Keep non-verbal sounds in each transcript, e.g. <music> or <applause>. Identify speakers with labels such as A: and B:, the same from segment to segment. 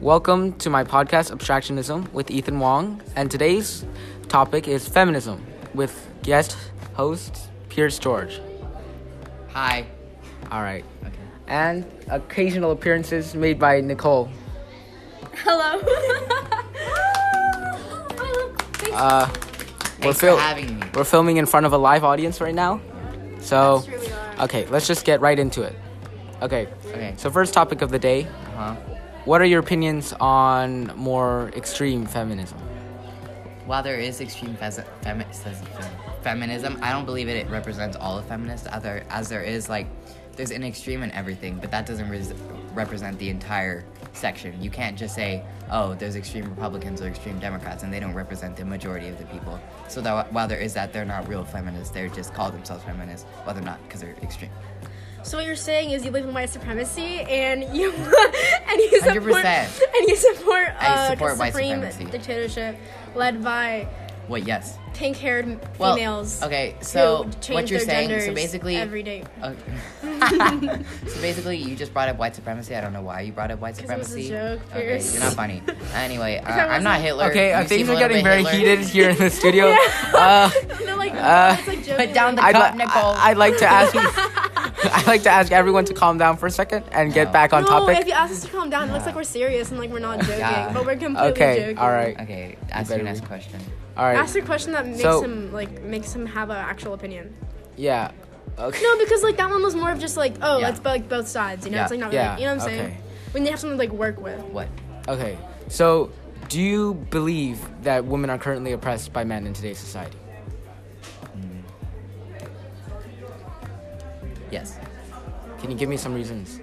A: Welcome to my podcast, Abstractionism, with Ethan Wong, and today's topic is feminism with guest host Pierce George.
B: Hi.
A: All right.
B: Okay.
A: And occasional appearances made by Nicole.
C: Hello. <laughs> I love Facebook.
B: Ah.
A: Uh,
B: Thanks
A: fil-
B: for having me.
A: We're filming in front of a live audience right now. So,
C: That's true, we are.
A: okay, let's just get right into it. Okay,
B: Okay.
A: so first topic of the day
B: Uh-huh.
A: what are your opinions on more extreme feminism?
B: While there is extreme fes- femi- says- fem- feminism, I don't believe it, it represents all of feminists. Other as there is like, there's an extreme in everything, but that doesn't res- represent the entire section. You can't just say, oh, there's extreme Republicans or extreme Democrats, and they don't represent the majority of the people. So that while there is that, they're not real feminists. They just call themselves feminists, well, they're not because they're extreme.
C: So what you're saying is you believe in white supremacy and you <laughs> and you support
B: 100%.
C: and you support uh,
B: I support white
C: supreme
B: supremacy.
C: dictatorship led by
B: Well, yes.
C: pink-haired
B: Well,
C: females.
B: okay, so
C: who change
B: what you're
C: their
B: saying, so
C: genders
B: basically-
C: every day <laughs>
B: Okay. so basically, you just brought up white supremacy. I don't know why you brought up white
C: 'Cause it was a
B: supremacy.
C: joke,
B: okay,
C: Pierce.
B: you're not funny.
C: <laughs>
B: Anyway, uh,
C: I
B: I'm not
C: wasn't-
B: Hitler.
A: Okay, uh,
B: You seem
A: things
B: a
A: are
B: little
A: getting
B: bit
A: very
B: Hitler.
A: heated here in the
C: <laughs>
A: studio. uh,
C: they're like,
A: Uh,
C: it's like
B: put down the
A: I'd,
B: Cup,
A: li-
B: Nicole.
A: I- I'd like to ask
B: <laughs>
A: <laughs> I'd like to ask everyone to calm down for a second and get
B: No.
A: back on
C: no, if
A: topic.
C: you ask us to calm down, it looks like we're serious and like we're not joking,
B: Yeah.
C: but we're completely
A: Okay,
C: joking.
A: all right.
B: Okay, ask
A: better
B: your next
A: be.
B: question.
A: All right.
C: Ask a question that makes
A: So-
C: him like makes him have an actual opinion.
A: yeah. Okay.
C: No, because like that one was more of just like, oh,
B: Yeah.
C: it's like both sides, you know?
B: Yeah.
C: It's like not really,
A: Yeah,
C: you know what I'm
A: okay.
C: saying? When they have something to like work with.
B: What?
A: Okay. So, do you believe that women are currently oppressed by men in today's society?
B: Yes.
A: Can you give me some reasons?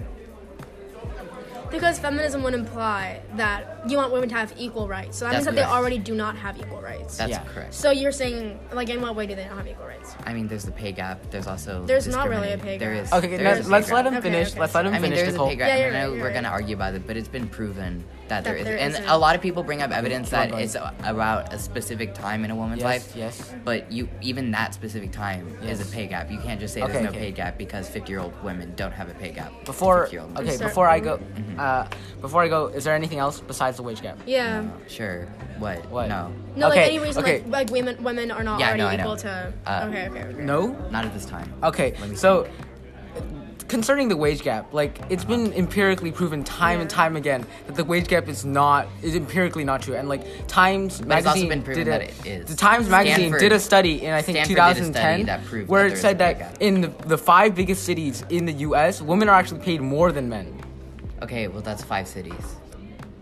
C: Because feminism would imply that you want women to have equal rights. So that
B: That's
C: means that
B: correct.
C: they already do not have equal rights.
B: That's
A: Yeah.
B: correct.
C: so you're saying, like, in what way do they not have equal rights?
B: I mean, there's the pay gap. There's also
C: There's not really a pay
B: discriminate- There
C: gap.
B: is.
A: Okay,
B: there
A: let-
B: is a pay
A: let's
B: gap.
A: let him
C: Okay,
A: finish.
C: okay,
A: Let's let him
C: sorry.
B: I mean,
A: finish,
B: there's
A: Nicole.
B: a pay gap.
C: Yeah,
B: and
C: you're
B: I know
C: right, you're
B: we're gonna
C: right.
B: argue about it, but it's been proven that, there
C: That
B: is,
C: there
B: and
C: isn't.
B: a lot of people bring up evidence
A: Come on,
B: that it's about a specific time in a woman's
A: Yes,
B: life.
A: yes.
B: But you, even that specific time is
A: Yes.
B: a pay gap. You can't just say
A: Okay,
B: there's no
A: okay.
B: pay gap because 50 year old women don't have a pay gap. to
A: Before
B: 50-year-old men.
A: okay,
C: Sorry.
A: before I go,
B: Mm-hmm.
A: uh, before I go, is there anything else besides the wage gap?
C: Yeah.
B: No, sure. What?
A: What?
B: No.
C: No, like
A: Okay,
C: any reason
A: okay.
C: like, like women women are not
B: Yeah, I
C: already
B: know, I know.
C: equal to
B: Uh,
C: Okay, okay, okay.
A: No.
B: Not at this time.
A: Okay,
B: Let me
A: so
B: think.
A: concerning the wage gap, like it's been
B: Uh-huh.
A: empirically proven time and
C: Yeah.
A: time again that the wage gap is not is empirically not true, and like Times
B: it's also
A: magazine
B: been proven
A: did a,
B: that it is.
A: The Times magazine
B: Stanford-
A: did a study in I think
B: Stanford did a study
A: 2010
B: that proved
A: where
B: that
A: it
B: there
A: said
B: is a wage
A: that
B: gap.
A: in the, the five biggest cities in the U.S., women are actually paid more than men.
B: Okay, well, that's five cities.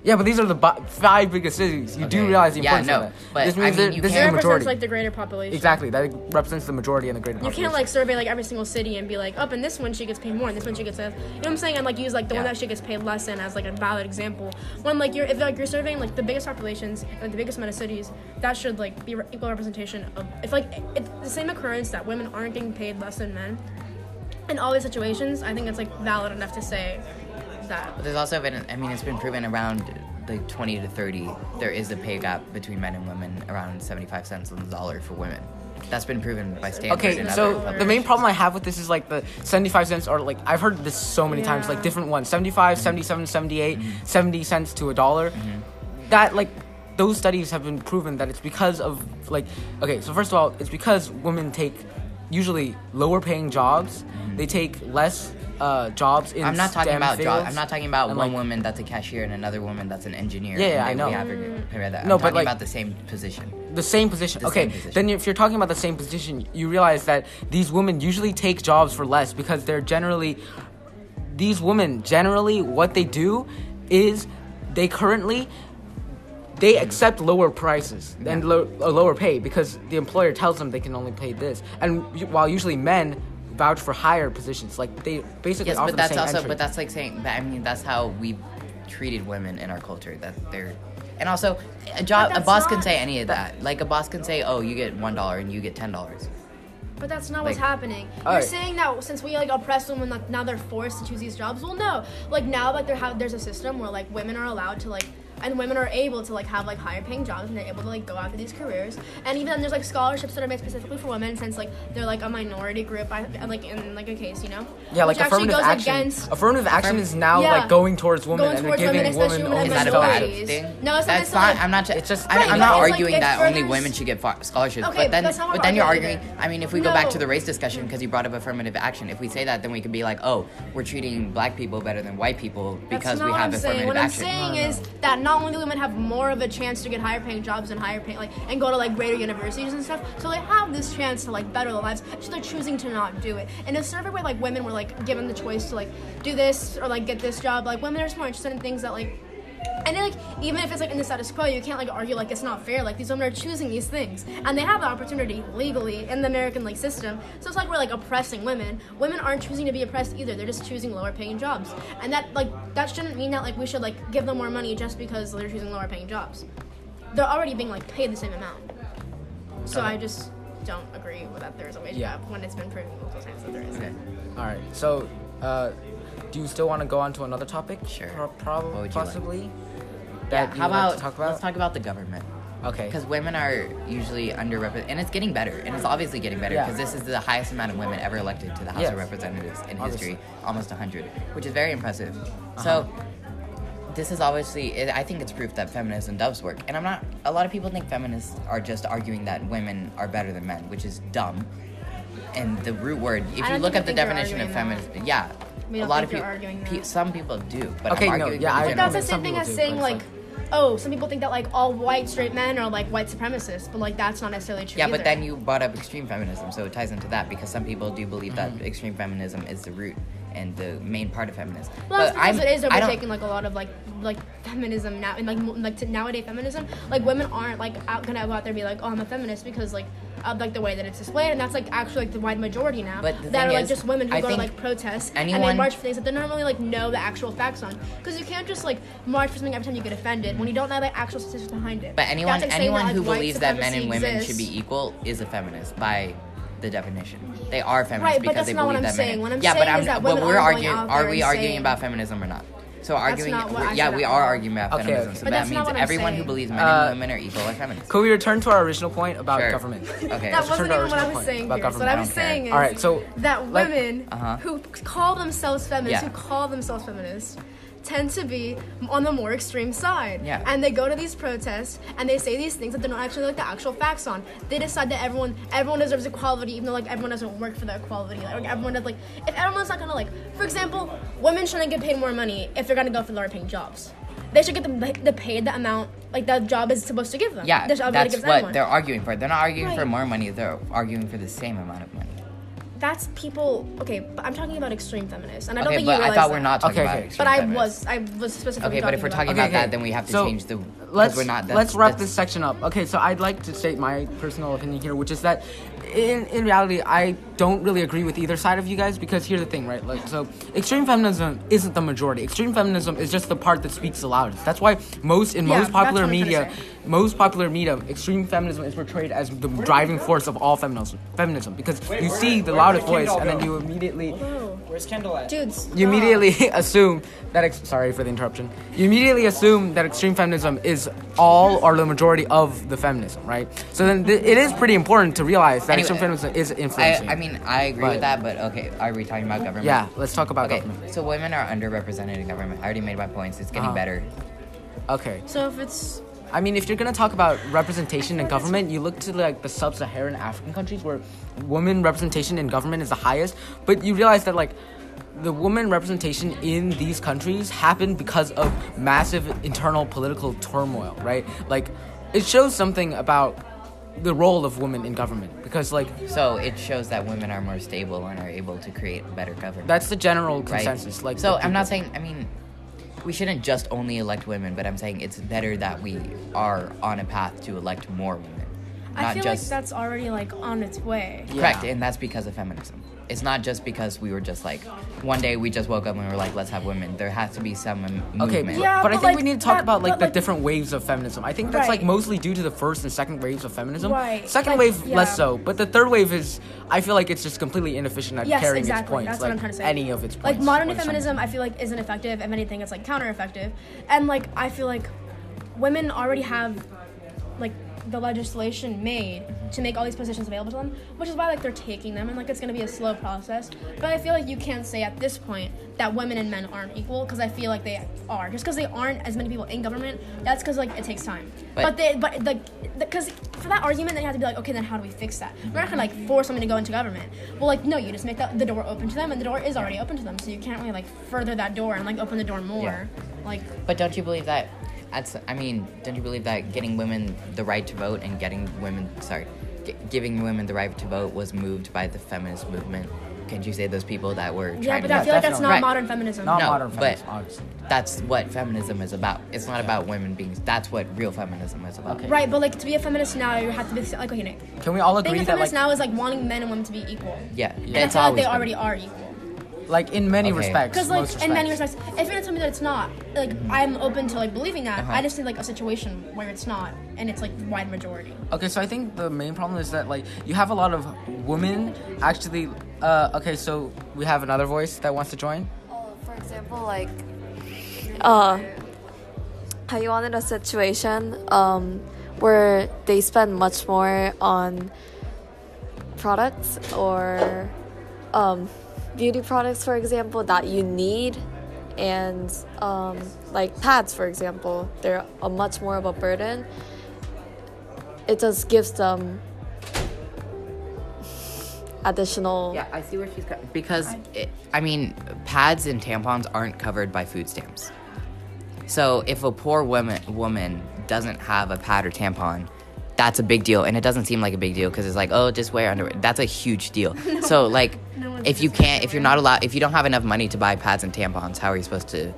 A: Yeah, but these are the bu- five biggest cities. You do
B: Okay.
A: realize the
B: Yeah,
A: importance
B: no,
A: of that.
B: but
A: this
B: I
A: means
B: mean,
A: that
B: you
A: this is
C: It
A: the
B: can't-
C: represents
A: majority.
C: like the greater population.
A: exactly, that represents the majority and the greater.
C: You can't
A: population.
C: like survey like every single city and be like, up in this one she gets paid more, and this one she gets less. You know what I'm saying? And like use like the one
B: Yeah.
C: that she gets paid less in as like a valid example. When like you're if like you're surveying like the biggest populations and like, the biggest amount of cities, that should like be re- equal representation of. If like it's the same occurrence that women aren't getting paid less than men, in all these situations, I think it's like valid enough to say that.
B: But there's also been, I mean, it's been proven around like 20 to 30, there is a pay gap between men and women around 75 cents on the dollar for women. That's been proven by Stanford.
A: Okay,
B: and
A: so
B: other
A: the main problem I have with this is like the 75 cents or like I've heard this so many times like
C: Yeah.
A: different ones 75, 77, 78,
B: Mm-hmm.
A: 70 cents to a dollar. That like those studies have been proven that it's because of like okay, so first of all, it's because women take usually lower paying jobs. They take less uh, jobs in
B: Mm-hmm. I'm not talking
A: STEM
B: about job.
A: fields.
B: I'm not talking about
A: and,
B: one
A: like-
B: woman that's a cashier and another woman that's an engineer.
A: Yeah,
B: and
A: yeah,
B: they-
A: I know.
B: We have to compare that.
A: No,
B: I'm
A: but,
B: talking
A: like-
B: about the same position.
A: the same position.
B: The
A: okay,
B: same position.
A: then if you're talking about the same position, you realize that these women usually take jobs for less because they're generally these women generally what they do is they currently they accept lower prices and lo- a lower pay because the employer tells them they can only pay this. And u- while usually men vouch for higher positions, like they basically
B: Yes,
A: offer
B: but that's
A: the same
B: also,
A: entry.
B: but that's like saying, but I mean, that's how we treated women in our culture. That they're, and also, a job, a
C: that's
B: boss can
C: not-
B: say any of that. Like a boss can say, oh, you get one dollar and you get ten dollars.
C: But that's not what's
B: Like-
C: happening. You're
A: Alright.
C: saying that since we like oppress women, like now they're forced to choose these jobs. Well, no. Like now, like there have there's a system where like women are allowed to like and women are able to like have like higher paying jobs and they're able to like go after these careers and even then there's like scholarships that are made specifically for women since like they're like a minority group I, like in like a case you know
A: Yeah, like
C: Which actually
A: affirmative
C: goes
A: action.
C: against
A: affirmative action is now
C: Yeah.
A: like going towards women
C: going
A: and
C: towards
A: giving
C: women especially women
A: only
C: and
B: Is that a
A: power.
B: bad
C: minorities.
B: thing?
C: No, it's not
B: that's not.
C: necessarily-
B: I'm not.
A: It's just-
B: I'm,
A: Right,
B: I'm
A: but
B: not
A: it's
C: like
B: arguing
C: it
B: that only
C: furthers-
B: women should get fo- scholarships.
C: Okay,
B: but then,
C: that's not what
B: but
C: we're
B: then you're
C: arguing
B: arguing.
C: either.
B: I mean, if we go back to
C: No.
B: the race discussion because you brought up affirmative action, if we say that, then we can be like, oh, we're treating black people better than white people because
C: That's not
B: we
C: what
B: have
C: I'm
B: affirmative
C: saying. What
B: action.
C: I'm saying is that not only do women have more of a chance to get higher paying jobs and higher pay like and go to like greater universities and stuff, so they have this chance to like better their lives, so they're choosing to not do it. In a survey where like women were like given the choice to like do this or like get this job, like women are just more interested in things that like and then, like even if it's like in the status quo, you can't like argue like it's not fair. Like these women are choosing these things, and they have the opportunity legally in the American like system. So it's like we're like oppressing women. Women aren't choosing to be oppressed either. They're just choosing lower paying jobs, and that like that shouldn't mean that like we should like give them more money just because they're choosing lower paying jobs. They're already being like paid the same amount. So I just don't agree with that there's a wage
A: Yeah.
C: gap when it's been proven multiple times that there isn't.
B: Okay.
A: All right. So, uh, do you still want to go on to another topic?
B: Sure.
A: Probably,
B: What would you like?
A: possibly.
B: Yeah,
A: That you
B: how
A: would like
B: about
A: to talk about?
B: let's talk about the government
A: okay.
B: because women are usually underrepresented, and it's getting better, and it's obviously getting better
A: Yeah.
B: because this is the highest amount of women ever elected to the House
A: Yes.
B: of Representatives in
A: Obviously.
B: history, almost 100, which is very impressive. So.
A: Uh-huh.
B: This is obviously, it, I think it's proof that feminism does work. And I'm not, a lot of people think feminists are just arguing that women are better than men, which is dumb. And the root word, if
C: I
B: you
C: don't
B: look
C: think-
B: up the
C: I think they're
B: definition of
C: arguing that.
B: feminism, yeah,
C: We
B: a
C: don't
B: lot of
C: think
B: people,
C: they're arguing that.
B: some people do, but
A: Okay, no,
B: I'm arguing
A: yeah,
B: for
A: I-
B: the
C: But
B: general
C: that's the
A: Some
C: same thing
A: people
C: as
A: do,
C: saying
A: but
C: like,
A: it's
C: oh, some people think that like all white straight men are like white supremacists, but like that's not necessarily true.
B: Yeah, but
C: either.
B: then you brought up extreme feminism, so it ties into that because some people do believe
C: Mm-hmm.
B: that extreme feminism is the root and the main part of feminism.
C: Well, that's
B: but I'm,
C: because it is
B: I don't-
C: overtaking like a lot of like like feminism now and like mo- like to nowadays feminism like women aren't like out gonna go out there and be like oh I'm a feminist because like of like the way that it's displayed and that's like actually like the wide majority now
B: But the
C: that
B: thing
C: are like
B: is,
C: just women who
B: I
C: go to
B: think
C: like protests and
B: anyone-
C: they march for things that they normally like know the actual facts on because you can't just like march for something every time you get offended when you don't know the actual statistics behind it.
B: But anyone,
C: That's, like, saying
B: anyone
C: that, like,
B: who
C: white
B: believes that men
C: supremacy
B: and women
C: exists.
B: should be equal is a feminist by the definition. They are feminists
C: Right, but
B: because
C: that's
B: they
C: not what
B: believe
C: I'm
B: that
C: saying.
B: men.
C: What I'm
B: yeah, but
C: saying
B: I'm
C: is that
B: but
C: women
B: we're
C: aren't going
B: arguing.
C: out
B: Are
C: there
B: we
C: and
B: arguing
C: saying-
B: about feminism or not? So arguing,
C: not what I
B: yeah,
C: said
B: we
C: at
B: are
C: all.
B: arguing about
A: Okay,
B: feminism.
A: okay. But
B: So that
C: that's not
B: means
C: what I'm
B: everyone who
C: saying.
B: believes men
A: Uh,
B: and women are equal are feminists.
A: Could we return to our original point about
B: Sure.
A: government?
B: <laughs> Okay.
C: That wasn't
A: turn
C: even what
A: our
C: I was
A: point
C: saying.
A: about
C: Here. So what
A: government.
C: I
B: I
C: was
B: don't care.
C: saying is
A: All right, so,
C: that
A: like-
C: women
B: Uh-huh.
C: who call themselves feminists,
B: Yeah.
C: who call themselves feminists, tend to be on the more extreme side.
B: Yeah.
C: And they go to these protests and they say these things that they're not actually like the actual facts on. They decide that everyone everyone deserves equality, even though like everyone doesn't work for that equality. Like everyone does like if everyone's not gonna like, for example, women shouldn't get paid more money if they're gonna go for lower paying jobs. They should get the, the paid the amount like the job is supposed to give them.
B: Yeah,
C: The job that it
B: that's
C: gives
B: what
C: everyone.
B: they're arguing for. They're not arguing for
C: Right.
B: more money. They're arguing for the same amount of money.
C: that's people okay but i'm talking about extreme feminists and i don't
B: Okay,
C: think you
B: but I
C: realize
B: thought
C: that.
B: we're not talking
A: Okay,
B: about
A: okay.
B: extreme
C: but i
B: feminists.
C: was i was specifically
B: Okay, but if we're talking
A: Okay,
B: about that,
A: okay.
B: then we have to
A: So,
B: change the. 'cause
A: Let's
B: we're not. That's,
A: let's wrap
B: that's-
A: this section up. Okay, so I'd like to state my personal opinion here, which is that in in reality, I don't really agree with either side of you guys because here's the thing, right? Like, so extreme feminism isn't the majority. Extreme feminism is just the part that speaks the loudest. That's why most in most
C: Yeah, that's what
A: popular
C: I'm trying to
A: media,
C: say.
A: most popular media, extreme feminism is portrayed as the driving force of all feminism. Feminism because you
D: where-
A: see the
D: where did
A: loudest
D: the
A: voice,
D: Kindle
A: and then
D: go?
A: you immediately
D: Where's Kendall at?
C: dudes
B: Oh.
A: you immediately <laughs> assume that ex- sorry for the interruption you immediately assume that extreme feminism is all or the majority of the feminism right so then th- it is pretty important to realize that extreme
B: Anyway,
A: feminism is
B: I,
A: influencing
B: I mean, I agree
A: But-
B: with that, but okay, are we talking about government?
A: yeah let's talk about
B: Okay,
A: government
B: so women are underrepresented in government. I already made my points. It's getting
A: Uh-huh.
B: better.
A: okay
C: Um, so if it's
A: I mean, if you're gonna talk about representation in government, you look to like the sub-Saharan African countries where woman representation in government is the highest. But you realize that like the woman representation in these countries happened because of massive internal political turmoil, right? Like it shows something about the role of women in government because like
B: So it shows that women are more stable and are able to create better government.
A: that's the general
B: right?
A: consensus. Like
B: so
A: the
B: I'm not saying. I mean, we shouldn't just only elect women, but I'm saying it's better that we are on a path to elect more women,
C: i
B: not
C: feel
B: just
C: like that's already like on its way
A: Yeah.
B: Correct, and that's because of feminism. It's not just because we were just like one day we just woke up and we were like, let's have women. There has to be some m-
A: Okay,
B: movement.
A: but-
C: Yeah,
A: but I
C: but,
A: think we
C: like,
A: need to talk
C: that-
A: about like
C: but,
A: the
C: like-
A: different waves of feminism. I think that's like
C: Right.
A: mostly due to the first and second waves of feminism.
C: Right,
A: Second
C: like,
A: wave less
C: yeah.
A: so, but the third wave is I feel like it's just completely inefficient at
C: yes
A: carrying its
C: exactly
A: points,
C: that's
A: like
C: what i'm trying to say
A: any of its points.
C: like modern
A: or something.
C: feminism i feel like isn't effective if anything it's like counter effective and like i feel like women already have like the legislation made to make all these positions available to them, which is why like they're taking them and like it's gonna be a slow process. But I feel like you can't say at this point that women and men aren't equal because I feel like they are. Just because they aren't as many people in government, that's because like it takes time. But,
B: But-
C: they, but like, because for that argument, then you have to be like, okay, then how do we fix that? We're not gonna like force someone to go into government. Well, like no, you just make the, the door open to them, and the door is already open to them, so you can't really like further that door and like open the door more. Like
B: But don't you believe that? That's, I mean, don't you believe that getting women the right to vote and getting women, sorry, g- giving women the right to vote was moved by the feminist movement? Can't you say those people that were trying
C: yeah, but
B: to
C: I feel like that's
A: definitely.
C: not
B: Right.
C: modern feminism.
A: Not
B: No,
A: modern
B: but-
A: feminism, obviously.
B: that's what feminism is about. It's not about women being. That's what real feminism is about.
A: Okay.
C: Right, but like to be a feminist now, you have to be like okay, Nick.
A: Can we all
C: Being
A: agree
C: a
A: that like,
C: feminist now is like wanting men and women to be equal.
B: Yeah,
C: And I
B: that's
C: feel like
B: always
C: they
B: been-
C: already are equal.
A: like in many
B: Okay.
A: respects,
C: Because like
A: most
C: in many respects, if you're gonna tell me that it's not, like I'm open to like believing that.
B: Mm-hmm. Uh-huh.
C: I just need like a situation where it's not, and it's like wide majority.
A: Okay, so I think the main problem is that like you have a lot of women actually. Uh, okay, so we have another voice that wants to join.
D: Oh, for example, like, uh, have you wanted a situation um, where they spend much more on products or um, beauty products, for example, that you need, and um, like pads, for example, they're a much more of a burden. It just gives them additional.
B: Yeah, I see where she's coming. Because it, I mean, pads and tampons aren't covered by food stamps. So if a poor woman woman doesn't have a pad or tampon, that's a big deal, and it doesn't seem like a big deal because it's like, oh, just wear underwear. That's a huge <laughs> deal. so like,
C: No one's
B: if you
C: just gonna
B: can't, if you're not allowed, if you don't have enough money to buy pads and tampons, how are you supposed to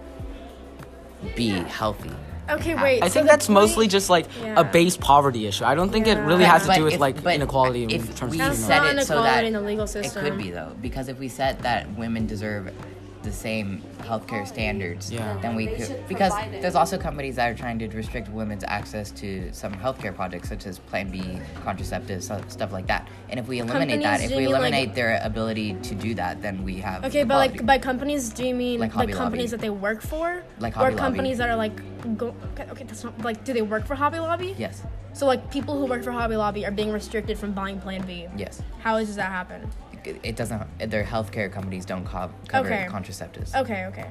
B: be healthy?
C: Okay, wait.
A: I think that's mostly just like
C: Yeah.
A: a base poverty issue. I don't think it
C: Yeah.
A: really
C: But-
A: has to
B: but
A: do with
B: if-
A: like
B: but
A: inequality in
B: if
A: terms
B: we
A: of
C: That's
A: female.
B: said
C: not
B: it so
C: inequality
B: that
C: in the legal
B: It could
C: system.
B: be though, because if we said that women deserve the same healthcare standards,
A: Yeah.
B: then we
D: They
B: could.
D: should
B: Because
D: provide it.
B: there's also companies that are trying to restrict women's access to some healthcare products, such as Plan B contraceptives, so, stuff like that. And if we eliminate that,
C: Companies,
B: if
C: do
B: we
C: you mean, like-
B: eliminate their ability to do that, then we have
C: Okay, but like
B: equality.
C: by companies, do you mean
B: Like
C: like,
B: Hobby
C: companies that
B: Lobby.
C: they work for,
B: Like
C: or
B: Hobby Lobby.
C: companies that are like go? Okay, okay, that's not like do they work for Hobby Lobby?
B: yes,
C: So like people who work for Hobby Lobby are being restricted from buying Plan B.
B: yes,
C: How does that happen?
B: it it doesn't. Their healthcare companies don't co- cover
C: Okay. Oh.
B: contraceptives.
C: Okay, okay,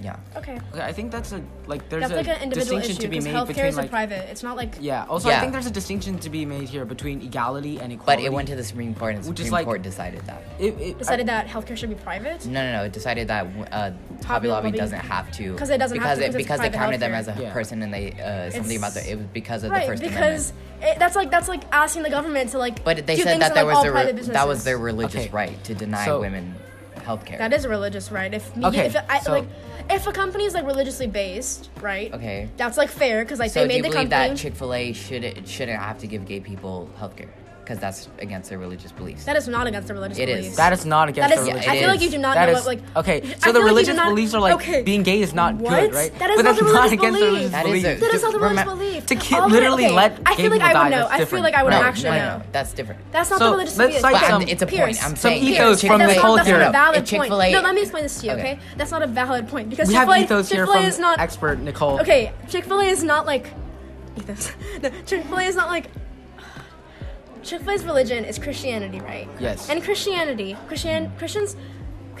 B: Yeah.
C: okay.
A: Okay, I think that's a like there's
C: That's
A: a
C: like an individual
A: distinction
C: issue
A: to be
C: because
A: made
C: healthcare
A: between
C: is a
A: like
C: private. It's not like
A: yeah. Also, I
B: Yeah. Oh,
A: think there's a distinction to be made here between equality and
B: But
A: equality.
B: it went to the Supreme Court, and the
A: Which is
B: Supreme
A: like-
B: Court decided that.
A: It, it,
C: decided that healthcare should be private.
B: No, no, no. It decided that uh, Hobby Lobby
C: Lobby.
B: doesn't have to
C: 'Cause it doesn't have
B: because
C: to, 'cause it's
B: because they
C: private
B: counted them as
C: healthcare.
B: a
A: Yeah.
B: person and they uh, something about
C: It's-
B: the it was because of the
C: Right,
B: First
C: because
B: Amendment.
C: it, that's like that's like asking the government to like.
B: But they
C: do
B: said
C: things
B: that
C: in,
B: there
C: like,
B: was
C: all
B: their
C: private
B: re- that was their
C: businesses.
B: religious
A: Okay.
B: right to deny
A: So-
B: women healthcare.
C: That is a religious right. If me,
A: Okay,
C: if I,
A: so-
C: like, if a company is like religiously based, right?
B: Okay.
C: That's like fair because like
B: so
C: they
B: do
C: made
B: you
C: the
B: believe
C: company.
B: that Chick Fil A should it shouldn't have to give gay people healthcare because that's against their religious beliefs?
C: that is not against the religious
B: It is.
C: beliefs.
A: That is not against
C: That is.
A: the
B: Yeah,
A: religious.
C: I
B: it
C: feel like
B: is.
C: you do not
A: That
C: know
A: is-
C: what like.
A: okay.
C: I
A: So the
C: feel like you do
A: religious
C: not-
A: beliefs are like
C: okay.
A: being gay is not
C: What?
A: good, right?
C: That is
A: but
C: not
A: that's
C: the
A: not
C: religious
A: against the
C: belief.
A: religious
B: That is
A: belief.
B: a-
C: That is not the religious
B: Remem-
C: belief.
A: to ki-
C: All
A: literally
C: okay,
A: let gay
C: I feel like I
A: people
C: would
A: die,
C: know.
A: that's
C: I feel
A: different.
C: like I would
B: no,
C: actually
B: no,
C: know.
B: no, that's different.
C: That's not
A: So,
C: the religious
A: let's
C: belief.
A: cite
B: But
A: some-
B: I'm- it's a
C: Pierce.
B: point.
A: Some
B: I'm saying
A: ethos
B: Chick-fil-A-
A: from
C: That's
A: this
C: not-
A: whole
C: that's
A: theory.
C: Not a valid
B: Chick-fil-A-
C: point. No, let me explain this to you, okay?
B: Okay.
C: That's not a valid point because
A: We have
C: Chick-fil-A,
A: ethos here
C: Chick-fil-A
A: from
C: is not
A: expert Nicole.
C: Okay, Chick-fil-A is not like ethos. <laughs> No, Chick-fil-A is not like Chick-fil-A's religion is Christianity, right?
A: Yes.
C: And Christianity, Christian Christians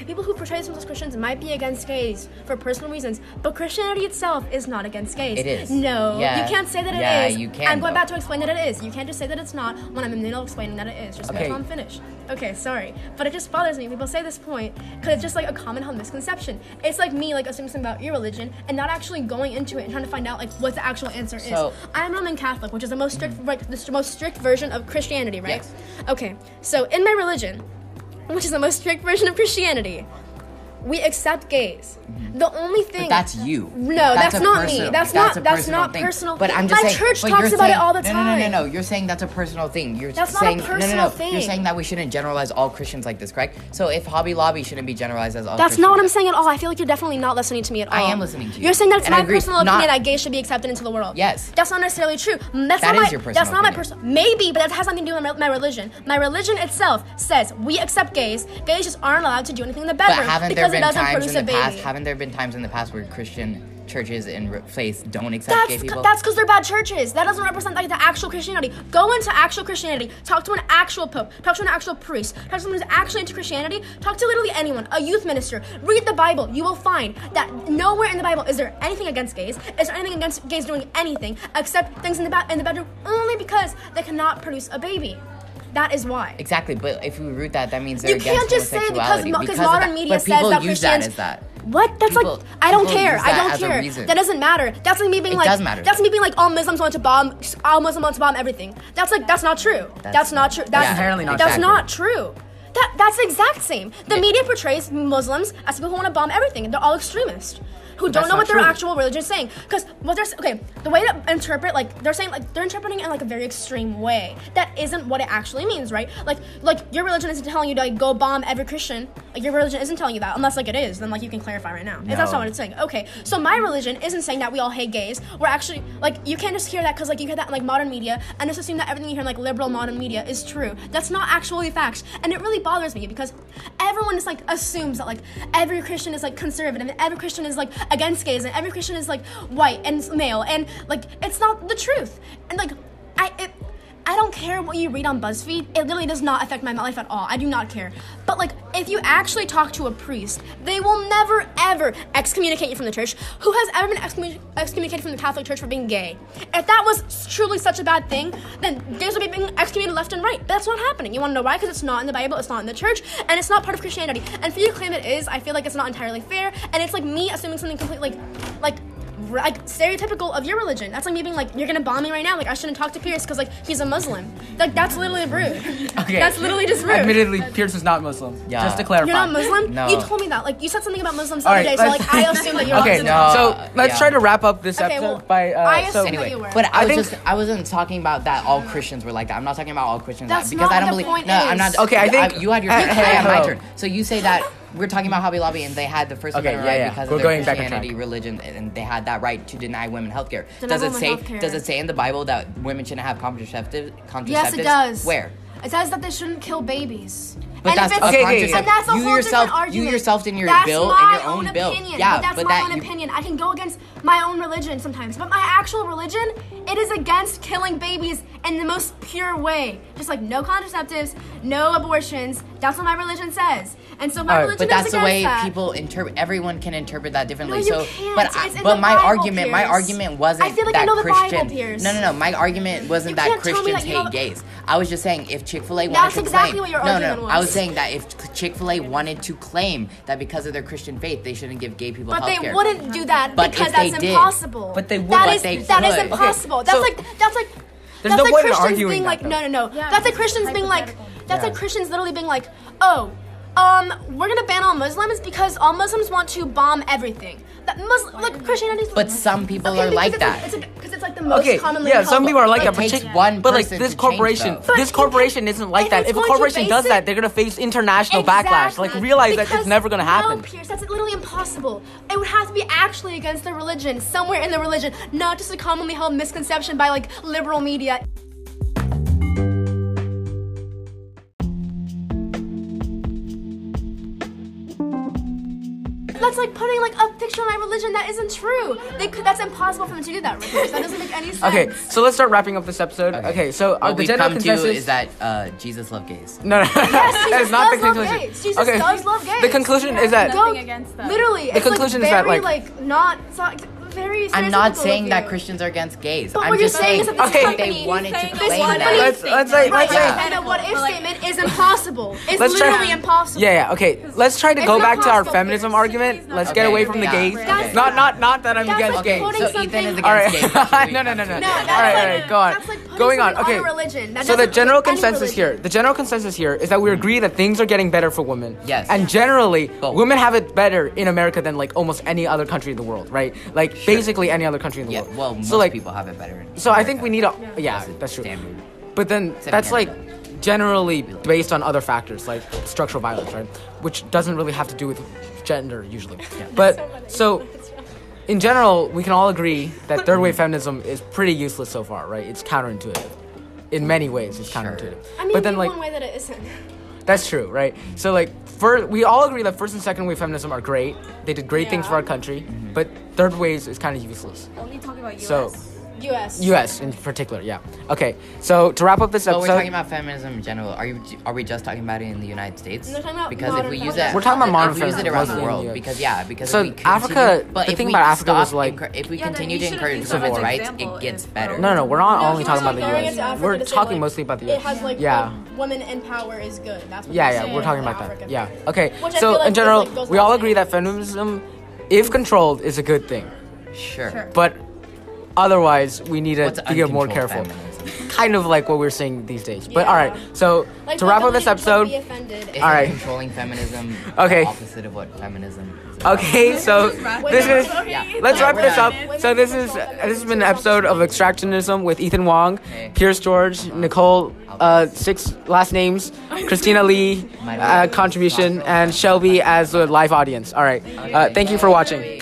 C: People who portray themselves as Christians might be against gays for personal reasons, but Christianity itself is not against gays.
B: It is.
C: No,
B: Yeah.
C: you can't say that it is.
B: Yeah, you can,
C: I'm going
B: though.
C: back to explain that it is. You can't just say that it's not when I'm in the middle of explaining that it is. Just
A: Okay.
C: wait till I'm finished. Okay, sorry, but it just bothers me. when People say this point because it's just like a common held misconception. It's like me like assuming something about your religion and not actually going into it and trying to find out like what the actual answer
B: So-
C: is. I'm Roman Catholic, which is the most strict, like the most strict version of Christianity, right?
B: Yes.
C: Okay, so in my religion, which is the most strict version of Christianity, we accept gays. The only thing
B: Mm-hmm. That's you.
C: No, that's,
B: a
C: not me.
B: personal-
C: That's, not.
B: a
C: That's not
B: thing.
C: personal.
B: But I'm
C: my
B: just saying.
C: church
B: but
C: talks
B: you're
C: about it
B: saying-
C: all the
B: no,
C: time.
B: No, no, no, no. You're saying that's a personal thing. You're
C: That's not a
B: saying no, no,
C: personal
B: no.
C: thing.
B: You're saying that we shouldn't generalize all Christians like this, correct? So if Hobby Lobby shouldn't be generalized as all.
C: That's
B: Christians,
C: not what I'm saying at all. I feel like you're definitely not listening to me at all.
B: I am listening to you.
C: You're saying that it's
B: And I
C: my
B: agree.
C: personal
B: Not-
C: opinion that gays should be accepted into the world.
B: Yes.
C: That's not necessarily true. Mm, That's
B: That
C: not
B: is
C: my,
B: your personal
C: That's not my
B: opinion.
C: personal. Maybe, but that has nothing to do with my, my religion. My religion itself says we accept gays. Gays just aren't allowed to do anything in the
B: But
C: bedroom
B: haven't there
C: because
B: been
C: it doesn't
B: times
C: produce
B: in the
C: a baby.
B: past? Haven't there been times in the past where Christian churches and r- faiths don't accept
C: That's
B: gay
C: c-
B: people.
C: that's because they're bad churches. That doesn't represent like the actual Christianity. Go into actual Christianity. Talk to an actual pope. Talk to an actual priest. Talk to someone who's actually into Christianity. Talk to literally anyone. A youth minister. Read the Bible. You will find that nowhere in the Bible is there anything against gays. Is there anything against gays doing anything except things in the ba- in the bedroom only because they cannot produce a baby. That is why.
B: exactly, but if we root that, that means they're
C: You
B: against
C: can't just say because
B: homosexuality
C: mo-
B: because
C: because
B: of
C: modern
B: that.
C: media
B: but
C: says
B: people
C: that
B: use
C: Christians.
B: that as that.
C: What? That's
B: People-
C: like I don't
B: people
C: care.
B: use
C: I
B: that
C: don't
B: as a
C: care.
B: reason.
C: That doesn't matter. That's like me being
B: It
C: like
B: does matter,
C: That's
B: though.
C: me being like all Muslims want to bomb. All Muslims want to bomb everything. That's like that's not true. That's, not true. That's
A: inherently not
C: That's
B: true.
C: not true. That that's the exact same. The media portrays Muslims as people who want to bomb everything. They're all extremists who
A: that's
C: don't know
A: not
C: what their
A: true.
C: actual religion is saying. Because what they're s- okay, the way to interpret like they're saying like they're interpreting it in like a very extreme way. That isn't what it actually means, right? Like like your religion isn't telling you to like go bomb every Christian. Like your religion isn't telling you that unless like it is. Then like you can clarify right now. If that's
B: No.
C: not what it's saying. Okay, so my religion isn't saying that we all hate gays. We're actually like you can't just hear that because like you hear that in like modern media and just assume that everything you hear in like liberal modern media is true. That's not actually facts, and it really bothers me because everyone just like assumes that like every Christian is like conservative and every Christian is like against gays and every Christian is like white and male and like it's not the truth and like I it. I don't care what you read on BuzzFeed. It literally does not affect my life at all. I do not care. But like, if you actually talk to a priest, they will never ever excommunicate you from the church. Who has ever been excommu- excommunicated from the Catholic Church for being gay? If that was truly such a bad thing, then gays would be being excommunicated left and right. But that's not happening. You want to know why? Because it's not in the Bible. It's not in the church, and it's not part of Christianity. And for you to claim it is, I feel like it's not entirely fair. And it's like me assuming something completely, like, like r- like stereotypical of your religion. That's like me being like, you're gonna bomb me right now. Like I shouldn't talk to Pierce because like he's a Muslim. Like that's literally rude.
A: <laughs> Okay.
C: That's literally just rude.
A: Admittedly, Pierce is not Muslim.
B: Yeah.
A: Just to clarify.
C: You're not Muslim.
B: No.
C: You told me that. Like you said something about Muslims the
A: All
C: other
A: right.
C: day. So
A: let's-
C: like I
A: <laughs>
C: assume that you're
A: okay.
C: Muslim.
B: no.
A: So let's
B: Yeah.
A: try to wrap up this
C: Okay,
A: episode
C: well,
A: by. Uh,
C: I
A: so,
C: assume that
B: Anyway,
C: you were.
B: but I,
A: I
B: was
A: think-
B: just I wasn't talking about that all Christians were like that. I'm not talking about all Christians
C: That's
B: that because
C: not
B: I
C: what
B: don't
C: the
B: believe
C: point
B: No, I'm
C: is.
B: not
A: Okay, I think- Oh.
B: you had your
A: Hey, <laughs>
B: turn. I had my
A: hello.
B: turn. So you say that we're talking about Hobby Lobby and they had the first
A: Okay,
B: amendment
A: yeah,
B: right
A: yeah.
B: because
A: We're
B: of
A: going
B: their
A: back on
B: Christianity religion and they had that right to deny women health care.
C: Deny
B: Does it
C: women
B: say
C: healthcare.
B: does it say in the Bible that women shouldn't have contraceptive contraceptives?
C: yes, it does.
B: Where?
C: It says that they shouldn't kill babies.
B: But
C: and if
B: that's
C: it's-
A: okay, okay, okay.
C: And that's a
B: You
C: whole
B: yourself-
C: different argument.
B: you yourself in your
C: that's
B: bill- in
C: my
B: your own bill.
C: Opinion,
B: Yeah,
C: but that's
B: but
C: my
B: that
C: own
B: you-
C: opinion. I can go against my own religion sometimes, but my actual religion, it is against killing babies in the most pure way. Just like no contraceptives, no abortions. That's what my religion says. And so my
A: All right,
C: religion
B: But
C: is
B: that's the
C: against
B: way
C: that.
B: people interpret. Everyone can interpret that differently.
C: No, you
B: so,
C: can't.
B: but I-
C: It's in
B: but
C: the
B: my
C: Bible,
B: argument, my
C: Pierce.
B: argument wasn't
C: I feel like
B: that
C: I know the Bible,
B: Christian.
C: Pierce.
B: No, no, no. My argument wasn't
C: You
B: that
C: can't tell me
B: Christians
C: that you
B: hate
C: know-
B: gays. I was just saying if Chick Fil A wanted
C: That's
B: to
C: exactly
B: claim.
C: what your
B: no, no,
C: argument
B: no. I was
C: was.
B: saying that if Chick Fil A wanted to claim that because of their Christian faith, they shouldn't give gay people.
C: But
B: healthcare.
C: they wouldn't do that
B: But
C: because
B: if they
C: that's
B: did-
C: impossible.
A: But they would,
C: That
B: but
C: is-
B: they
C: that is
B: could.
C: impossible.
A: Okay,
C: That's
A: so-
C: like that's like
A: There's
C: that's
A: no
C: like
A: point in
C: Christians
A: arguing
C: being
A: that,
C: like
A: though.
C: no no no.
E: Yeah,
C: that's like
E: it's
C: Christians being like
E: hypothetical.
C: that's
A: Yeah.
C: like Christians literally being like oh. Um, we're gonna ban all Muslims because all Muslims want to bomb everything. That Muslim, like Christianity.
B: But some people are like that.
C: Because it's like the most
A: okay.
C: commonly
A: Yeah,
C: held-
A: some people are like that,
B: It takes
A: but take-
B: one
A: But like
B: person
A: this
B: to change,
A: corporation,
B: though.
C: But
A: this
C: you
A: corporation
C: can't-
A: isn't like
C: if
A: that.
C: it's
A: If a
C: going to
A: corporation
C: base
A: does
C: it-
A: that, they're gonna face international backlash. Like realize that it's
C: Because-
A: never gonna happen.
C: No, Pierce, that's literally impossible. It would have to be actually against the religion, somewhere in the religion, not just a commonly held misconception by like liberal media. That's like putting like a picture of my religion that isn't true. They could, that's impossible for them to do that, Rivers. That doesn't make any sense.
A: Okay, so let's start wrapping up this episode. Okay, so uh,
B: what
A: the
B: we've
A: general
B: come
A: consensus
B: to is that uh, Jesus loved gays.
A: no, no, <laughs> that is
C: Jesus
A: not the
C: does love
A: conclusion.
C: gays. Jesus does love gays.
A: The conclusion
C: Yeah,
A: is that
E: no. Nothing against them.
C: Literally,
A: The
C: it's
A: conclusion
C: like
A: is that,
C: very,
A: like-
C: not it's not- very.
B: I'm not
C: stereotypical
B: saying
C: of
B: that
C: you.
B: Christians are against gays.
C: But
B: I'm
C: what you're
B: just
C: saying is that this
A: Okay.
C: company,
B: they wanted to
E: saying-
C: this
B: claim
C: company,
B: that.
A: let's let's say let's
C: right,
A: say
C: and a what if
E: Well, like-
C: statement is impossible. It's
A: let's try.
C: literally impossible.
A: Yeah, yeah. Okay, let's try to
C: It's
A: go
C: not
A: back to our
C: possible.
A: feminism
E: It's-
A: argument.
E: it's not
A: Let's get
B: okay.
A: away from the
B: Yeah.
A: gays.
B: That's
A: Not
C: not-
A: not not that I'm
C: that's
A: against
C: like
A: gays.
C: quoting
B: so
C: something-
B: Ethan is against
A: All right. <laughs>
B: gays.
A: no, no, no, no.
C: No,
B: All
C: that's
A: all right, all
C: like-
A: right. Go on.
C: that's like putting
A: Going on.
C: something
A: Okay.
C: on a religion. That
A: so the
C: doesn't
A: general
C: put any
A: consensus
C: religion. Hmm.
A: here. The general consensus here is that we agree that things are getting better for women.
B: Yes.
A: And generally,
B: Both.
A: women have it better in America than like almost any other country in the world, right? Like basically any other country in the
B: Yeah,
A: world.
B: well, most
A: so like
B: people have it better. in
A: so I think we need a
B: America.
A: yeah,
B: That's a
A: that's true.
B: standard.
A: But then
B: Except
A: that's like
B: Canada.
A: generally based on other factors like structural violence, right? Which doesn't really have to do with gender usually. But so in general, we can all agree that third wave feminism is pretty useless so far, right? It's counterintuitive. In many ways, it's counterintuitive.
C: I mean,
A: but then
C: in
A: like
C: one way that it isn't.
A: that's true, right? So like, first, we all agree that first and second wave feminism are great. They did great things for
C: Yeah.
A: our country, but third waves is kind of useless.
D: Only talking about US.
A: So-
C: U.S.
A: U.S. in particular, yeah. Okay, so to wrap up
C: Oh,
A: this
B: But
A: episode,
B: we're talking about feminism in general. Are you? Are we just talking about it in the United States?
C: No, we're talking about
B: because if
C: modern
B: we use
C: feminism.
B: it,
A: We're talking about
B: if
A: modern
B: we use it around the
A: feminism,
B: world.
A: yeah.
B: Because yeah, because
A: So
B: if we continue,
A: Africa-
B: but
A: the
B: if
A: thing
B: we
A: about Africa
B: stop
A: was, like-
B: encour- if we
E: Yeah, then
B: continue
E: you
B: to
E: shouldn't
B: encourage
E: use
A: that
B: civil
A: as an
B: rights,
E: example
B: it gets
E: if-
B: better.
A: no, no, we're not
C: No,
A: only
C: it's
A: talking
C: not
A: about
C: like going
A: the
C: into
A: U.S.
C: Africa
A: We're
C: to say,
A: talking
C: like,
A: mostly about the
C: It
A: U.S.
C: has like
A: yeah.
C: um, women in power is good. That's what
A: Yeah, yeah,
C: they're saying
A: we're talking
C: for
A: about that.
C: Africa.
A: Yeah. Okay.
C: Which I
A: so
C: feel like
A: in
C: is,
A: general,
C: like, goes
A: we all
C: hand in
A: agree that
C: hand.
A: feminism, if controlled, is a good thing.
B: Sure.
C: Sure.
A: But otherwise, we need to
B: What's
A: be more
B: uncontrolled
A: careful.
B: feminism?
A: Kind of like what we're saying these days. But
C: Yeah.
A: all right. So
C: Like,
A: to wrap
C: the
A: up this
C: women should
A: episode,
C: Be offended
B: Isn't
A: All right.
B: Controlling feminism.
A: Okay.
B: The opposite of what feminism. Is about?
C: <laughs>
A: okay. So
C: Wait,
A: this
C: no,
A: is.
C: sorry.
B: yeah.
A: Let's
B: Yeah,
A: wrap
B: we're
A: this up.
B: done.
A: So this is this has been an episode of Extractionism with Ethan Wong,
B: Hey.
A: Pierce George, Nicole, uh, six last names, Christina Lee, uh, contribution, and Shelby as the live audience. All right. Uh, thank you for watching.